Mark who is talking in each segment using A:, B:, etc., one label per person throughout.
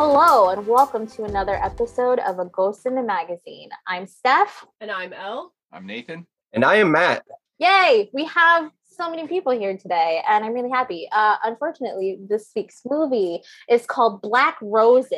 A: and welcome to another episode of A Ghost in the Magazine. I'm Steph.
B: And I'm Elle.
C: I'm Nathan.
D: And I am Matt.
A: Yay! We have so many people here today, and I'm really happy. Uh, unfortunately, this week's movie is called Black Roses,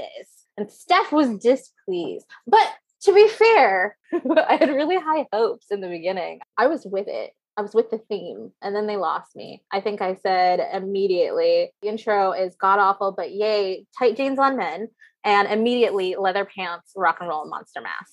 A: and Steph was displeased. But to be fair, I had really high hopes in the beginning. I was with it. I was with the theme, and then they lost me. I think I said immediately the intro is god awful, but yay, tight jeans on men, and immediately leather pants, rock and roll, and monster mask.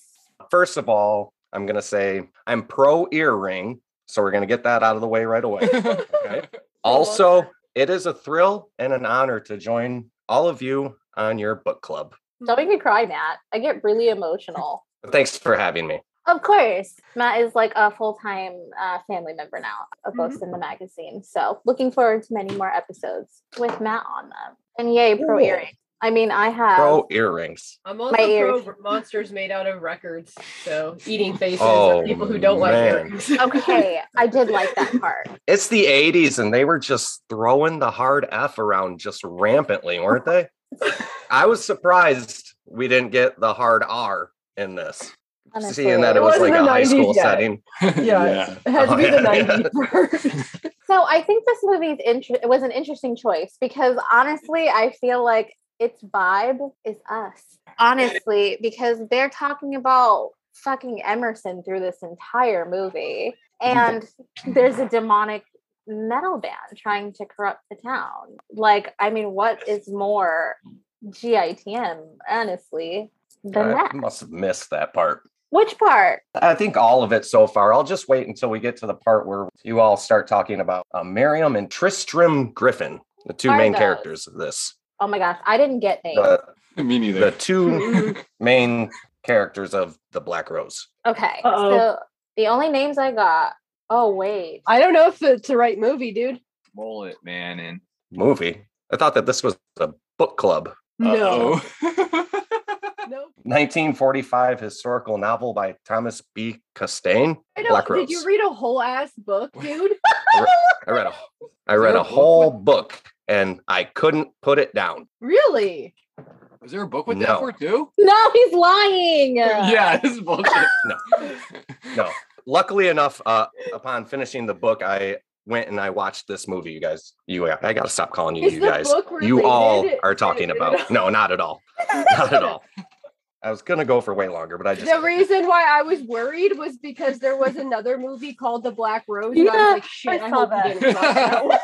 D: First of all, I'm going to say I'm pro earring. So we're going to get that out of the way right away. Okay? also, it is a thrill and an honor to join all of you on your book club.
A: Don't make me cry, Matt. I get really emotional.
D: Thanks for having me.
A: Of course, Matt is like a full time uh, family member now of Ghost in the Magazine. So, looking forward to many more episodes with Matt on them. And yay, pro
D: Ooh.
A: earring. I mean, I have.
D: Pro earrings.
B: I'm
A: My
B: also
A: ears.
B: pro monsters made out of records. So eating faces
D: Oh,
B: of people who don't
D: man.
B: like earrings.
A: okay, I did like that part.
D: It's the 80s and they were just throwing the hard F around just rampantly, weren't they? I was surprised we didn't get the hard R in this.
A: Honestly.
D: Seeing that it
E: It
D: was like
E: wasn't
D: a
E: the
D: high
E: 90s
D: school
E: yet.
D: setting.
E: yeah. It had to be
D: Oh,
E: the
D: yeah, yeah.
E: 90s first.
A: So, I think this movie's inter- it was an interesting choice because honestly, I feel like its vibe is us. Honestly, because they're talking about fucking Emerson through this entire movie.
D: Mm-hmm.
A: And there's a demonic metal band trying to corrupt the town. Like, I mean, what is more GITM, honestly, than
D: I
A: that?
D: must have missed that part.
A: Which part?
D: I think all of it so far. I'll just wait until we get to the part where you all start talking about uh, Miriam and Tristram Griffin, the two
A: Are
D: main
A: those?
D: characters of this.
A: Oh my gosh, I didn't get names.
D: The,
C: Me
D: the
C: neither.
D: two main characters of the Black Rose.
A: Okay.
E: Uh-oh.
A: So the only names I got. Oh wait.
E: I don't know if it's the right movie, dude.
C: Roll it, man. And
D: movie. I thought that this was a book club.
E: No.
C: Uh-oh.
E: No.
D: 1945 historical novel by Thomas B. Costain.
E: I know.
D: Black
E: Did
D: Rose.
E: you read a whole ass book, dude?
D: I read a I read a whole book and I couldn't put it down.
E: really?
C: Was there a book with
D: No.
C: that for too?
A: No, he's lying.
C: Yeah, this is bullshit.
D: No. No. Luckily enough, uh, upon finishing the book, I went and I watched this movie. You guys, you I gotta stop calling you
E: Is
D: you
E: the
D: guys.
E: book
D: You
E: related?
D: all
E: Is
D: are
E: it
D: talking about
E: related?
D: no, not at all. Not at all. I was gonna go for way longer, but I just
E: The reason why I was worried was because there was another movie called The Black Rose, and I
A: Yeah,
E: was like, "Shit,
A: I
E: I,
A: saw
E: hope
A: that.
E: you didn't watch that one."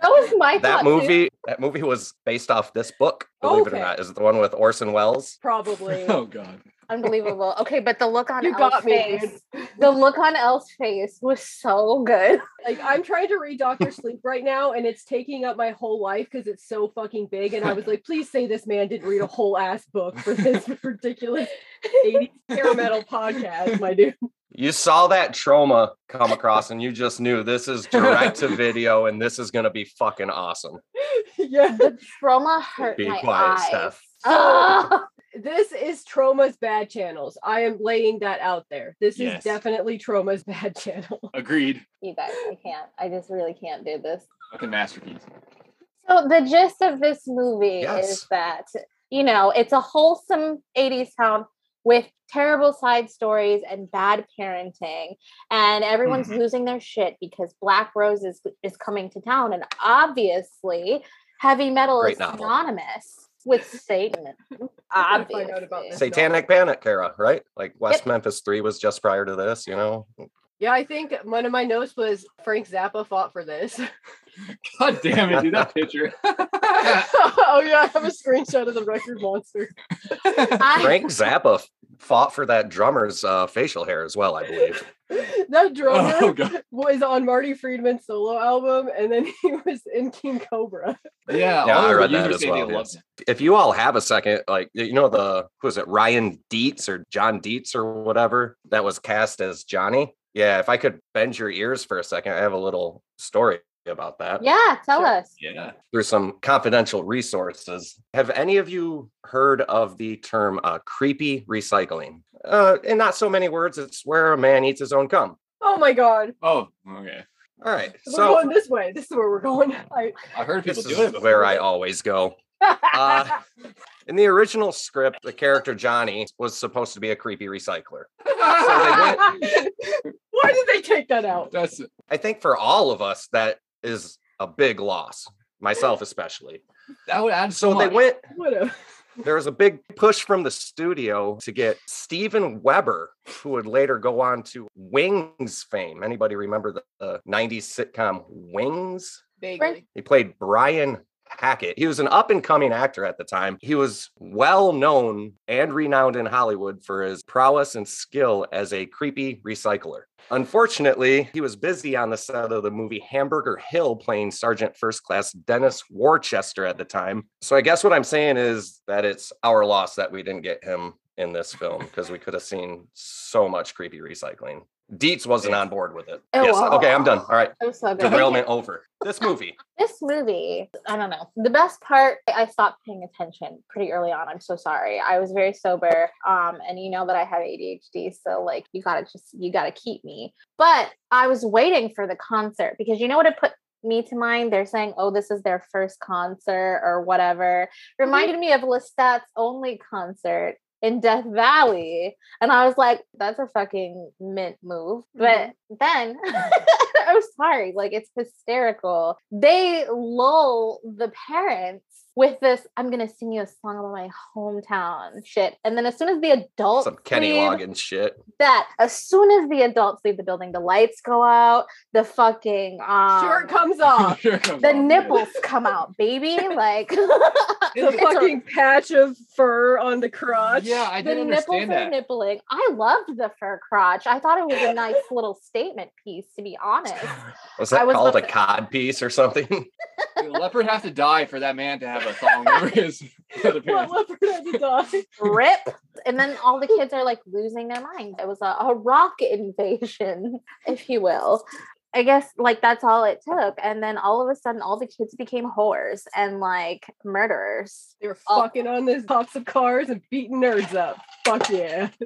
A: That was my
D: that
A: thought, too.
D: movie that movie was based off this book believe it
E: Okay.
D: or not is it the one with orson welles
E: Probably.
C: Oh god.
A: Unbelievable. Okay, but the look on
E: You
A: Elle's
E: got me,
A: face. The look on Elle's face was so good.
E: Like I'm trying to read Doctor Sleep right now, and it's taking up my whole life because it's so fucking big. And I was like, please say this man didn't read a whole ass book for this ridiculous 80s hair metal podcast, my dude.
D: you saw that trauma come across and you just knew this is direct to video and this is going to be fucking awesome
E: yeah.
A: The trauma hurt
D: be
A: my
D: quiet
A: eyes.
D: steph
A: Ugh.
E: This is Trauma's bad channels. I am laying that out there. This
C: Yes.
E: is definitely Trauma's bad channel.
C: Agreed.
A: You guys, I can't. I just really can't do this.
C: Fucking masterpiece.
A: So the gist of this movie
D: Yes.
A: is that you know it's a wholesome '80s town with terrible side stories and bad parenting, and everyone's
D: Mm-hmm.
C: Mhm.
A: losing their shit because Black Rose is is coming to town, and obviously heavy metal
D: Great
A: is
D: novel.
A: synonymous with Satan.
E: I'm gonna find out about
A: obviously.
E: this.
D: satanic panic era right like west memphis 3 was just prior to this you know
E: Yeah, I think one of my notes was Frank Zappa fought for this.
C: God damn it, dude. That picture.
E: oh yeah, I have a screenshot of the record monster.
A: I-
D: frank zappa f- fought for that drummer's uh, facial hair as well i believe
E: That drummer
C: oh god.
E: was on Marty Friedman's solo album, and then he was in King Cobra.
C: Yeah,
D: Yeah,
C: all
D: I
C: the
D: read that
C: reviews
D: as
C: say they
D: well,
C: loved
D: yes. if you all have a second, like you know the who is it Ryan Dietz or John Dietz or whatever that was cast as Johnny. Yeah, if I could bend your ears for a second, I have a little story about that
A: yeah, tell us.
C: it. Yeah.
D: through some confidential resources. Have any of you heard of the term uh, creepy recycling? Uh, in not so many words, it's where a man eats his own cum.
E: Oh my god,
C: Oh, okay.
D: All right,
E: we're
D: so
E: going this way. This is where we're going. I,
C: I've heard
D: this
C: people
D: is
C: do it before.
D: where I always go. Uh, in the original script, the character Johnny was supposed to be a creepy recycler.
E: Why did they take that out?
C: That's
D: I think for all of us, that is a big loss, myself especially.
C: that would add so
D: So they
C: much.
D: went,
E: What a
D: there was a big push from the studio to get Steven Weber, who would later go on to Wings fame. Anybody remember the, the 90s sitcom Wings?
B: Vaguely.
D: He played Brian Hackett. He was an up and coming actor at the time. He was well known and renowned in Hollywood for his prowess and skill as a creepy recycler. Unfortunately, he was busy on the set of the movie Hamburger Hill playing Sergeant First Class Dennis Worcester at the time. So I guess what I'm saying is that it's our loss that we didn't get him in this film because we could have seen so much creepy recycling. Dietz wasn't on board with it.
A: Oh,
D: yes.
A: wow.
D: Okay, I'm done. All right.
A: I'm so good.
D: Derailment over. This movie.
A: This movie, I don't know. The best part, I I stopped paying attention pretty early on. I'm so sorry. I was very sober. Um, and you know that I have ADHD, so like you gotta just you gotta keep me. But I was waiting for the concert because you know what it put me to mind? They're saying, oh, this is their first concert or whatever. Reminded me of Lestat's only concert in Death Valley. And I was like, that's a fucking mint move. But
C: Mm-hmm.
A: then I'm sorry, like it's hysterical. They lull the parents with this, I'm gonna sing you a song about my hometown shit. And then as soon as the adults
D: Some Kenny
A: leave,
D: Loggins shit.
A: that as soon as the adults leave the building, the lights go out, the fucking um,
E: shirt comes off.
C: Here it comes
A: the
C: off.
A: nipples come out, baby. Like
E: The
A: It's a-
E: fucking patch of fur on the crotch.
C: Yeah, I
A: the
C: didn't
A: nipples
C: understand
A: are
C: that.
A: nippling. I loved the fur crotch. I thought it was a nice little statement piece, to be honest.
D: Was
A: I
D: that
A: was
D: called a
A: about to-
D: cod piece or something?
C: The leopard has to die for that man to have a thong over his other
E: What
C: pants.
E: leopard has a dog?
A: Rip. And then all the kids are like losing their minds. It was a, a rock invasion, if you will. I guess like that's all it took. And then all of a sudden, all the kids became whores and like murderers.
E: They were
A: Oh.
E: fucking on the tops of cars and beating nerds up. Fuck yeah.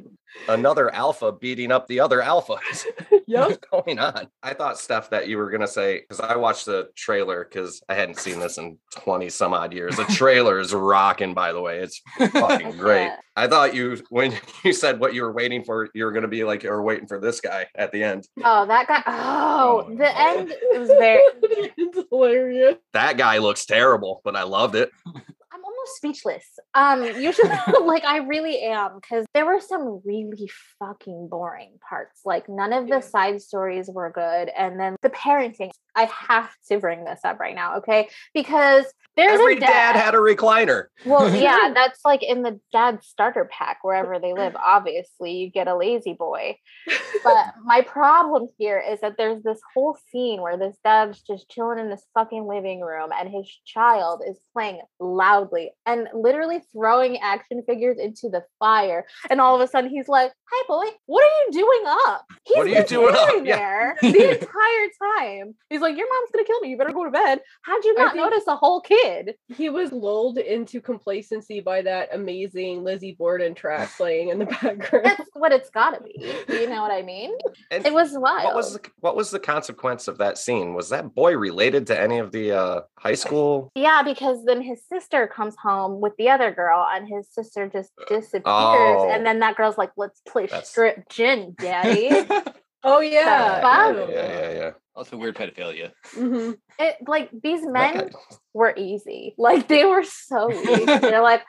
D: Another alpha beating up the other alphas.
E: Yep.
D: What's going on? I thought, Steph, that you were going to say, because I watched the trailer because I hadn't seen this in 20 some odd years. The trailer is rocking, by the way. It's fucking great.
A: Yeah.
D: I thought you, when you said what you were waiting for, you were going to be like, you're waiting for this guy at the end.
A: Oh, that guy. Oh,
C: Oh,
A: the
C: no.
A: end it was very.
E: it's hilarious.
D: That guy looks terrible, but I loved it.
A: I'm almost speechless. Um, usually, like I really am, because there were some really fucking boring parts. Like none of the
E: Yeah.
A: side stories were good, and then the parenting. I have to bring this up right now, okay? Because there's
D: Every
A: a
D: dad had a recliner.
A: well, yeah, that's like in the dad starter pack wherever they live. Obviously, you get a lazy boy. But my problem here is that there's this whole scene where this dad's just chilling in this fucking living room and his child is playing loudly and literally throwing action figures into the fire. And all of a sudden he's like, "Hi boy, what are you doing up?" He's
D: What are you
A: been
D: doing up?
A: staring
D: Yeah.
A: there the entire time. He's like, "Your mom's going to kill me. You better go to bed." How'd you
E: I
A: not
E: think-
A: notice a whole kid?
E: He was lulled into complacency by that amazing Lizzie Borden track playing in the background.
A: that's what it's gotta be. You know what I mean?
D: And
A: It was wild.
D: What was the, what was the consequence of that scene? Was that boy related to any of the uh, high school?
A: yeah, because then his sister comes home with the other girl, and his sister just disappears.
D: Uh, Oh.
A: And then that girl's like, "Let's play
D: That's-
A: strip gin, daddy."
E: Oh yeah.
A: Yeah,
D: yeah, yeah, yeah.
C: That's a weird pedophilia.
E: hmm
A: it like these men
D: That guy-
A: were easy. Like they were so easy. They're like,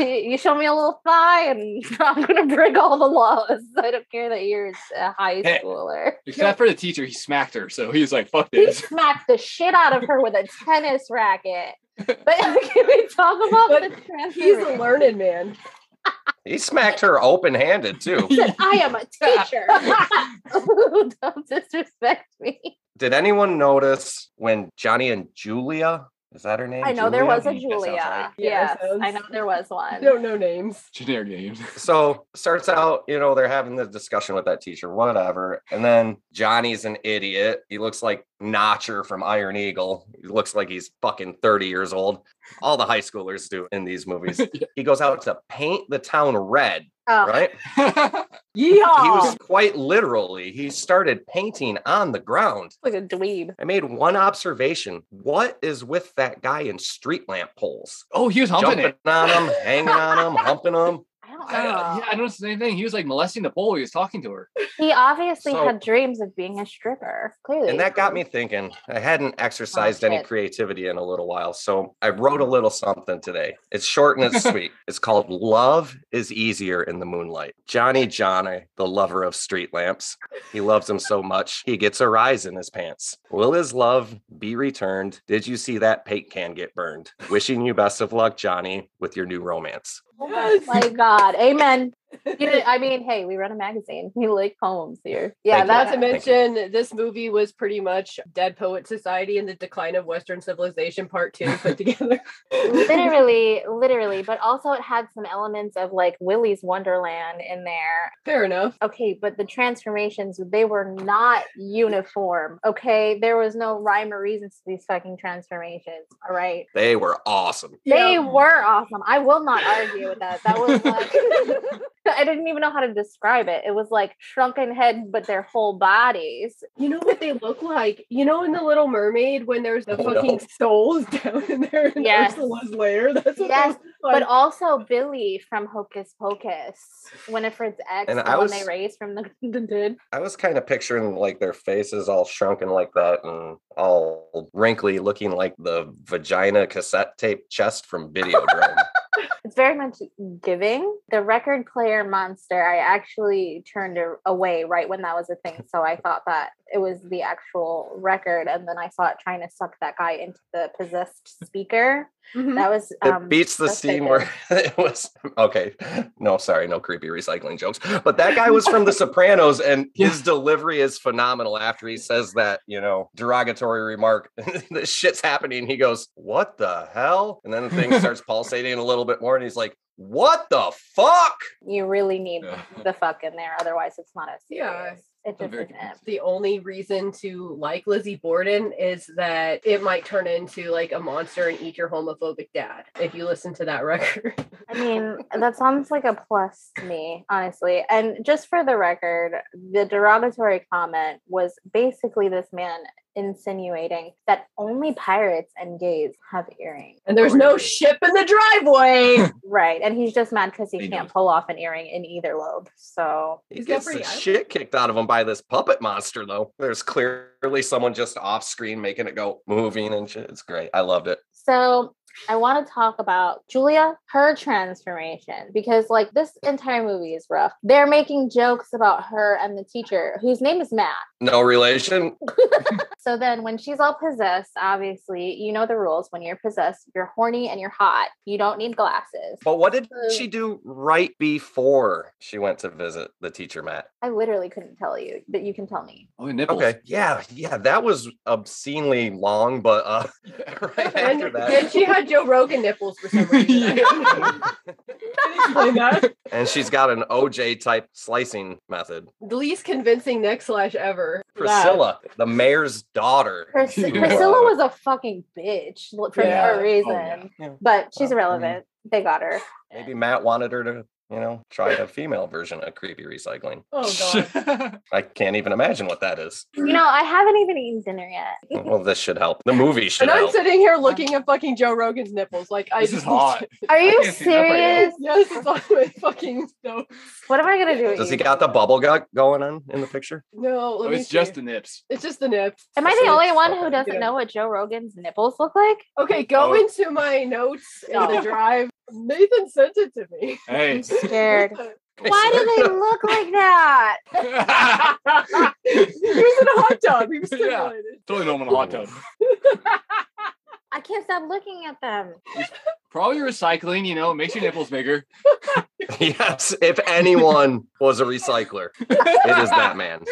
A: "You show me a little thigh, and I'm gonna break all the laws. I don't care that you're a high
D: Eh,
C: Hey.
A: schooler."
C: Except for the teacher, he smacked her, so he was like, "Fuck
A: He
C: this."
A: smacked the shit out of her with a tennis racket. But can we talk about
E: But
A: the transfer?
E: He's a learned man.
D: He smacked her open handed too.
A: Said, I am a teacher. Ooh, Don't disrespect me.
D: Did anyone notice when Johnny and Julia? Is that her name?
A: I know there was a
D: That sounds
A: Julia.
D: right.
A: Yes,
E: Yeah, that sounds-
A: I know there was one.
E: Don't know names.
C: Generic names.
D: So starts out, you know, they're having the discussion with that teacher, whatever. And then Johnny's an idiot. He looks like Notcher from Iron Eagle. He looks like he's fucking 30 years old. all the high schoolers do in these movies. He goes out to paint the town red,
A: Oh,
D: right?
E: Yeehaw!
D: He was quite literally, he started painting on the ground.
A: like a dweeb.
D: I made one observation. What is with that guy in street lamp poles?
C: oh, he was humping
D: Jumping
C: it.
D: on him, hanging on him, humping him.
A: I don't know.
C: I, uh, yeah, I noticed the same thing. He was like molesting the pole. He was talking to her.
A: He obviously
D: So-
A: had dreams of being a stripper. Clearly,
D: And that got me thinking. I hadn't exercised any
A: shit.
D: creativity in a little while. So I wrote a little something today. It's short and it's sweet. It's called Love is Easier in the Moonlight. Johnny Johnny, the lover of street lamps, he loves him so much, he gets a rise in his pants. Will his love be returned? Did you see that paint can get burned? Wishing you best of luck, Johnny, with your new romance.
A: Oh my-
E: Yes.
A: my God, Amen. You did- I mean, hey, we run a magazine. We like poems here. Yeah,
D: Thank you.
E: Not
A: that's
E: to
A: amazing.
D: Thank you.
E: mention, this movie was pretty much Dead Poet Society and the Decline of Western Civilization Part Two put together.
A: literally, literally, but also it had some elements of like Willy's Wonderland in there.
E: Fair enough.
A: Okay, but the transformations they were not uniform. Okay, there was no rhyme or reason to these fucking transformations. All right,
D: They were awesome.
A: they
E: Yeah.
A: were awesome. I will not argue with that. That was like. I didn't even know how to describe it. It was like shrunken heads, but their whole bodies.
E: You know what they look like? You know, in The Little Mermaid, when there's the
D: Oh, no.
E: fucking souls down in there in
A: Yes.
E: Ursula's lair. That's what
A: Yes,
E: yes,
A: But also Billy from Hocus Pocus, Winifred's ex,
D: And
A: the
D: I
A: one
D: was-
A: they raised from the, the dead.
D: I was kind of picturing like their faces all shrunken like that and all wrinkly looking like the vagina cassette tape chest from Videodrome.
A: It's very much giving. The record player monster, I actually turned a- away right when that was a thing. So I thought that it was the actual record. And then I saw it trying to suck that guy into the possessed speaker. That was. Um,
D: it beats the
A: that's
D: scene
A: so
D: where it was okay. No, sorry, no creepy recycling jokes. But that guy was from The Sopranos and his delivery is phenomenal after he says that, you know, derogatory remark. this shit's happening. He goes, What the hell? And then the thing starts pulsating a little bit more and he's like, What the fuck?
A: You really need
C: Yeah.
A: the fuck in there. Otherwise, it's not as serious.
E: Yeah.
A: It just
C: I'm very
A: isn't.
C: confused.
E: the only reason to like Lizzie Borden is that it might turn into like a monster and eat your homophobic dad if you listen to that record.
A: I mean, that sounds like a plus to me, honestly. And just for the record, the derogatory comment was basically this man insinuating that only pirates and gays have earrings.
E: And there's
D: Oh,
E: no
D: yeah.
E: ship in the driveway.
A: Right. And he's just mad because he
C: They
A: can't
C: do.
A: pull off an earring in either lobe. So
D: He
E: He's got
D: gets the
E: pretty eyes.
D: shit kicked out of him by this puppet monster, though. There's clearly someone just off screen making it go moving and shit. It's great. I loved it.
A: So I want to talk about Julia, her transformation, because like this entire movie is rough. They're making jokes about her and the teacher, whose name is Matt.
D: No relation.
A: So then when she's all possessed, obviously, you know the rules. When you're possessed, you're horny and you're hot. You don't need glasses.
D: But what did
A: So-
D: she do right before she went to visit the teacher, Matt?
A: I literally couldn't tell you, but you can tell me.
C: Oh, the nipples.
D: Okay. Yeah. Yeah. That was obscenely long, but uh, right
E: and
D: after
E: then
D: that.
E: she had Joe Rogan nipples for some reason. Can explain that.
D: And she's got an OJ type slicing method.
E: The least convincing neck slash ever.
D: Priscilla, the mayor's daughter. Uh,
A: Pris-
C: Yeah.
A: Priscilla was a fucking bitch l- for
E: Yeah.
A: no reason, but she's
D: Well, I mean-
A: irrelevant. They got her.
D: Maybe Matt wanted her to, you know, try a female version of creepy recycling.
E: Oh god.
D: I can't even imagine what that is.
A: You know, I haven't even eaten dinner yet.
D: Well, this should help. The movie should
E: And I'm
D: help.
E: sitting here looking at fucking Joe Rogan's nipples. Like I
C: this is
E: just
C: hot.
A: Are you
C: can't see that right now.
A: serious?
E: Yes, it's on my fucking stove.
A: What am I gonna do? with
D: Does he
A: you?
D: got the bubble gut going on in the picture?
E: No, let
C: Oh,
E: me
C: it's just
E: see.
C: the nips.
E: it's just the nips.
A: Am I the only one who
D: Okay.
A: doesn't
E: Yeah.
A: know what Joe Rogan's nipples look like?
E: Okay, go
C: Oh.
E: into my notes in the
A: No.
E: drive. Nathan sent it to me.
C: Hey.
A: I'm scared. Why
D: Is
A: do
D: there
A: they look like that?
E: he was in a hot tub. He was
C: Yeah.
E: stimulated.
C: totally normal in a hot tub.
A: I can't stop looking at them.
C: Probably recycling, you know, makes your nipples bigger.
D: no- yes, if anyone was a recycler, it is that man.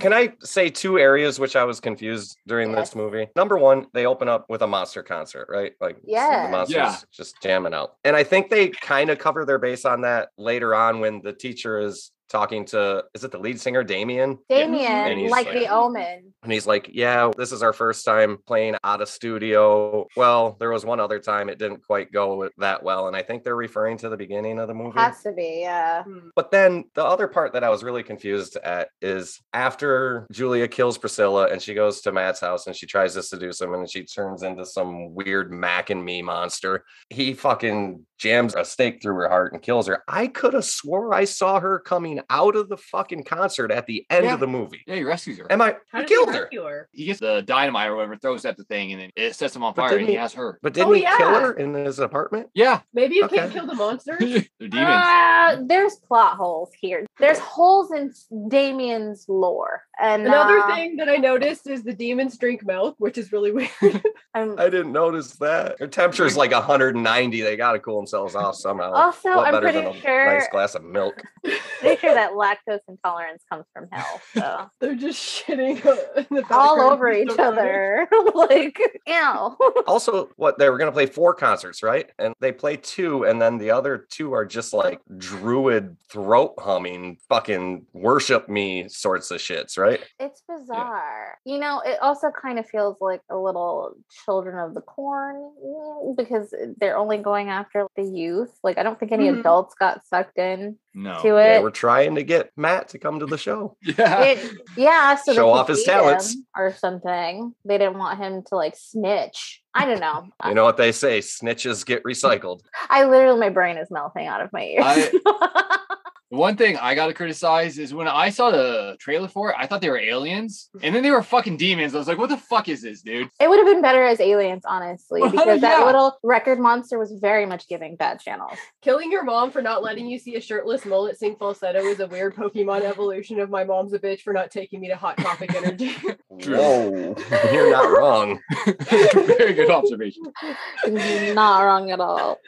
D: Can I say two areas which I was confused during
A: Yes.
D: this movie? Number one, they open up with a monster concert, right? Like
A: Yes.
D: the monsters
C: Yeah.
D: just jamming out. And I think they kind of cover their base on that later on when the teacher is talking to is it the lead singer Damien? And
A: Damien,
D: he's
A: like,
D: like-
A: the omen.
D: And he's like, Yeah, this is our first time playing out of studio. Well, there was one other time it didn't quite go that well. And I think they're referring to the beginning of the movie.
A: Has to be, yeah.
D: But then the other part that I was really confused at is after Julia kills Priscilla and she goes to Matt's house and she tries to seduce him and she turns into some weird Mac and me monster. He fucking jams a stake through her heart and kills her. I could have swore I saw her coming out of the fucking concert at the end
C: Yeah.
D: of the movie.
C: Yeah, he rescues her.
D: Am I?
B: How
D: he
B: did he
D: killed her.
B: rescue her?
C: He gets the dynamite or whatever, throws at the thing, and then it sets him on
D: But
C: fire, and
D: didn't
C: he
D: he-
C: has her.
D: But didn't
E: Oh,
D: he kill
E: yeah.
D: her in his apartment?
C: Yeah,
E: Maybe you can't
D: Okay.
E: kill the monsters.
C: they're demons.
A: Uh, there's plot holes here. There's holes in Damien's lore. And
E: Another
A: uh,
E: thing that I noticed is the demons drink milk, which is really weird.
A: I'm-
D: I didn't notice that. Their temperature's like 190. They got to cool themselves off somehow.
A: Also,
D: What
A: I'm
D: better
A: pretty
D: than a
A: sure-
D: nice glass of milk.
A: pretty sure that lactose intolerance comes from hell. So
E: They're just shitting in the
A: all
E: background.
A: over
E: It's
A: each
E: so funny.
A: other. like, ow.
D: also what they were going to play four concerts right and they play two and then the other two are just like druid throat humming fucking worship me sorts of shits right
A: It's bizarre. You know, it also kind of feels like a little children of the corn mm, because they're only going after the youth. Like, I don't think any
E: Mhm.
A: adults got sucked in
C: No.
A: to
D: they
A: it.
D: were trying to get matt to come to the show
C: Yeah.
A: It- yeah, so
D: Show
A: they could
D: off his
A: beat
D: talents.
A: him or something. They didn't want him to like snitch. I don't know.
D: you know what they say snitches get recycled
A: I literally, my brain is melting out of my ears.
C: The One thing I gotta criticize is when I saw the trailer for it, I thought they were aliens, and then they were fucking demons. I was like, "What the fuck is this, dude?"
A: It would have been better as aliens, honestly,
C: Well,
A: because that
C: yeah.
A: little record monster was very much giving bad channels.
E: Killing your mom for not letting you see a shirtless mullet sing falsetto is a weird Pokemon evolution of my mom's a bitch for not taking me to Hot Topic Energy.
C: True.
D: whoa you're not wrong
C: Very good observation.
A: Not wrong at all.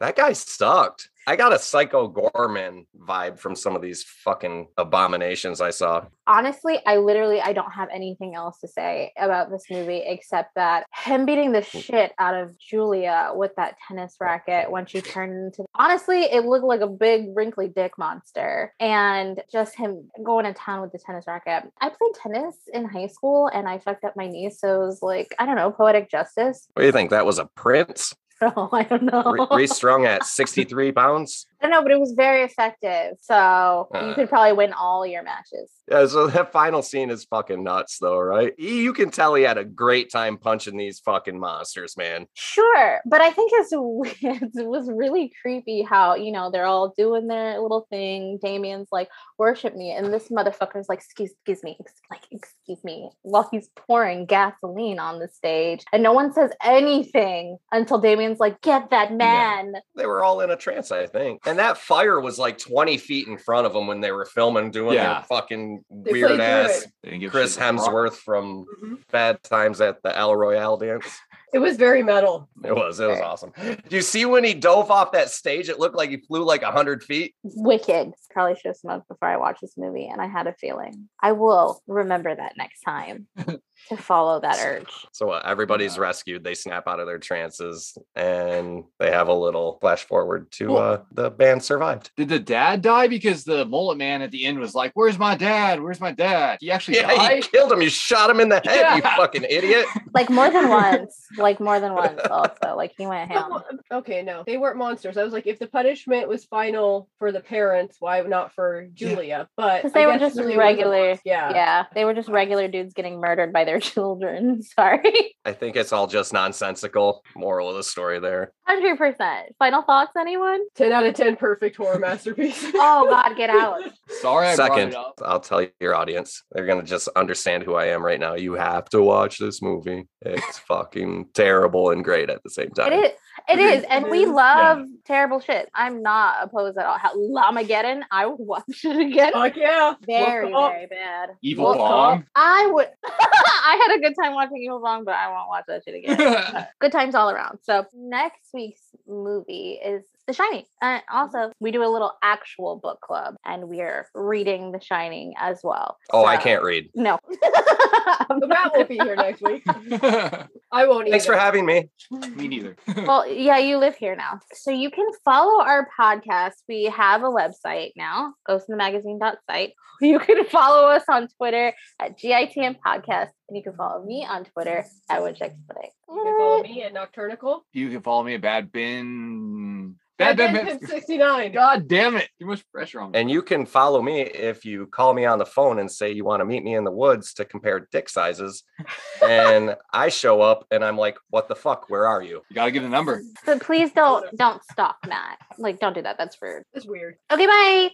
D: that guy sucked i got a psycho gorman vibe from some of these fucking abominations i saw
A: Honestly, I literally I don't have anything else to say about this movie except that him beating the
D: Mm.
A: shit out of Julia with that tennis racket when she turned into honestly, it looked like a big wrinkly dick monster. And just him going to town with the tennis racket. I played tennis in high school and I fucked up my knees, so it was like, I don't know, poetic justice.
D: what do you think that was a prince
A: So I don't
D: Re-
A: know.
D: restrung at 63 pounds
A: I don't know, but it was very effective. So you
D: Uh.
A: could probably win all your matches.
D: Yeah, so that final scene is fucking nuts, though, right? He- You can tell he had a great time punching these fucking monsters, man.
A: Sure, but I think it's it was really creepy how you know they're all doing their little thing. Damien's like, "Worship me," and this motherfucker's like, "Excuse, excuse me, ex- like, excuse me," while he's pouring gasoline on the stage, and no one says anything until Damien's like, "Get that man!"
D: They were all in a trance, I think. And that fire was like 20 feet in front of them when they were filming, doing
C: Yeah.
D: their fucking
E: They
D: weird
E: played
D: ass
E: through
C: They didn't give a
D: Chris
C: shit about rock.
D: Hemsworth from
E: Mhm.
D: Bad Times at the El Royale dance.
E: It was very metal.
D: It was, it was
A: Right.
D: awesome. You see when he dove off that stage, it looked like he flew like 100 feet.
A: Wicked. Probably should have smoked before I watched this movie, and I had a feeling I will remember that next time to follow that urge.
D: So uh, everybody's
C: Yeah.
D: rescued. They snap out of their trances and they have a little flash forward to
C: Cool.
D: uh, the band survived.
C: Did the dad die? Because the mullet man at the end was like, "Where's my dad? Where's my dad?" He actually
D: Yeah, you
C: died.
D: killed him. You shot him in the head, you
C: Yeah.
D: fucking idiot.
A: like more than once like more than once also like he went ham
E: um, Okay, no, they weren't monsters. I was like, if the punishment was final for the parents, why not for Julia? But
A: because
E: I
A: they were
E: guess
A: just
E: Julia was the
A: regular
E: worst. Yeah.
A: yeah they were just regular dudes getting murdered by their children sorry
D: I think it's all just nonsensical. Moral of the story there.
A: 100% final thoughts anyone
E: 10 out of 10 perfect horror masterpiece.
A: oh god get out
C: Sorry, I brought
D: Second,
C: it up.
D: I'll tell your audience, they're going to just understand who I am right now. You have to watch this movie. It's fucking terrible and great at the same time.
A: it is it is and we
E: Yeah.
A: love terrible shit i'm not opposed at all Hell, lamageddon i would watch it again
E: Fuck yeah.
A: very
E: Wolf Cop.
A: very bad
C: Evil
E: Wolf
C: Bong.
A: i would i had a good time watching evil Bong, but i won't watch that shit again good times all around. So next week's movie is The Shining. And also, we do a little actual book club, and we're reading The Shining as well.
D: oh, I
A: So-
D: can't read.
A: No.
E: But Matt won't be here next week. I won't.
D: Thanks for
E: either.
D: having me.
C: Me neither.
A: Well, yeah, you live here now. So you can follow our podcast. We have a website now, ghostinthemagazine.site. You can follow us on Twitter at GITM Podcast, and you can follow me on Twitter at WoodjackSplitting.
E: You can follow me at Nocturnical.
C: you can follow me at Bad Bin. Bad Bin. Bin-
E: sixty nine.
C: God damn it! Too much pressure on me.
D: And you can follow me if you call me on the phone and say you want to meet me in the woods to compare dick sizes. and I show up and I'm like, what the fuck? Where are you?
C: You gotta give the number.
A: But please don't don't stalk Matt. Like, don't do that. That's rude.
E: That's weird.
A: Okay, bye.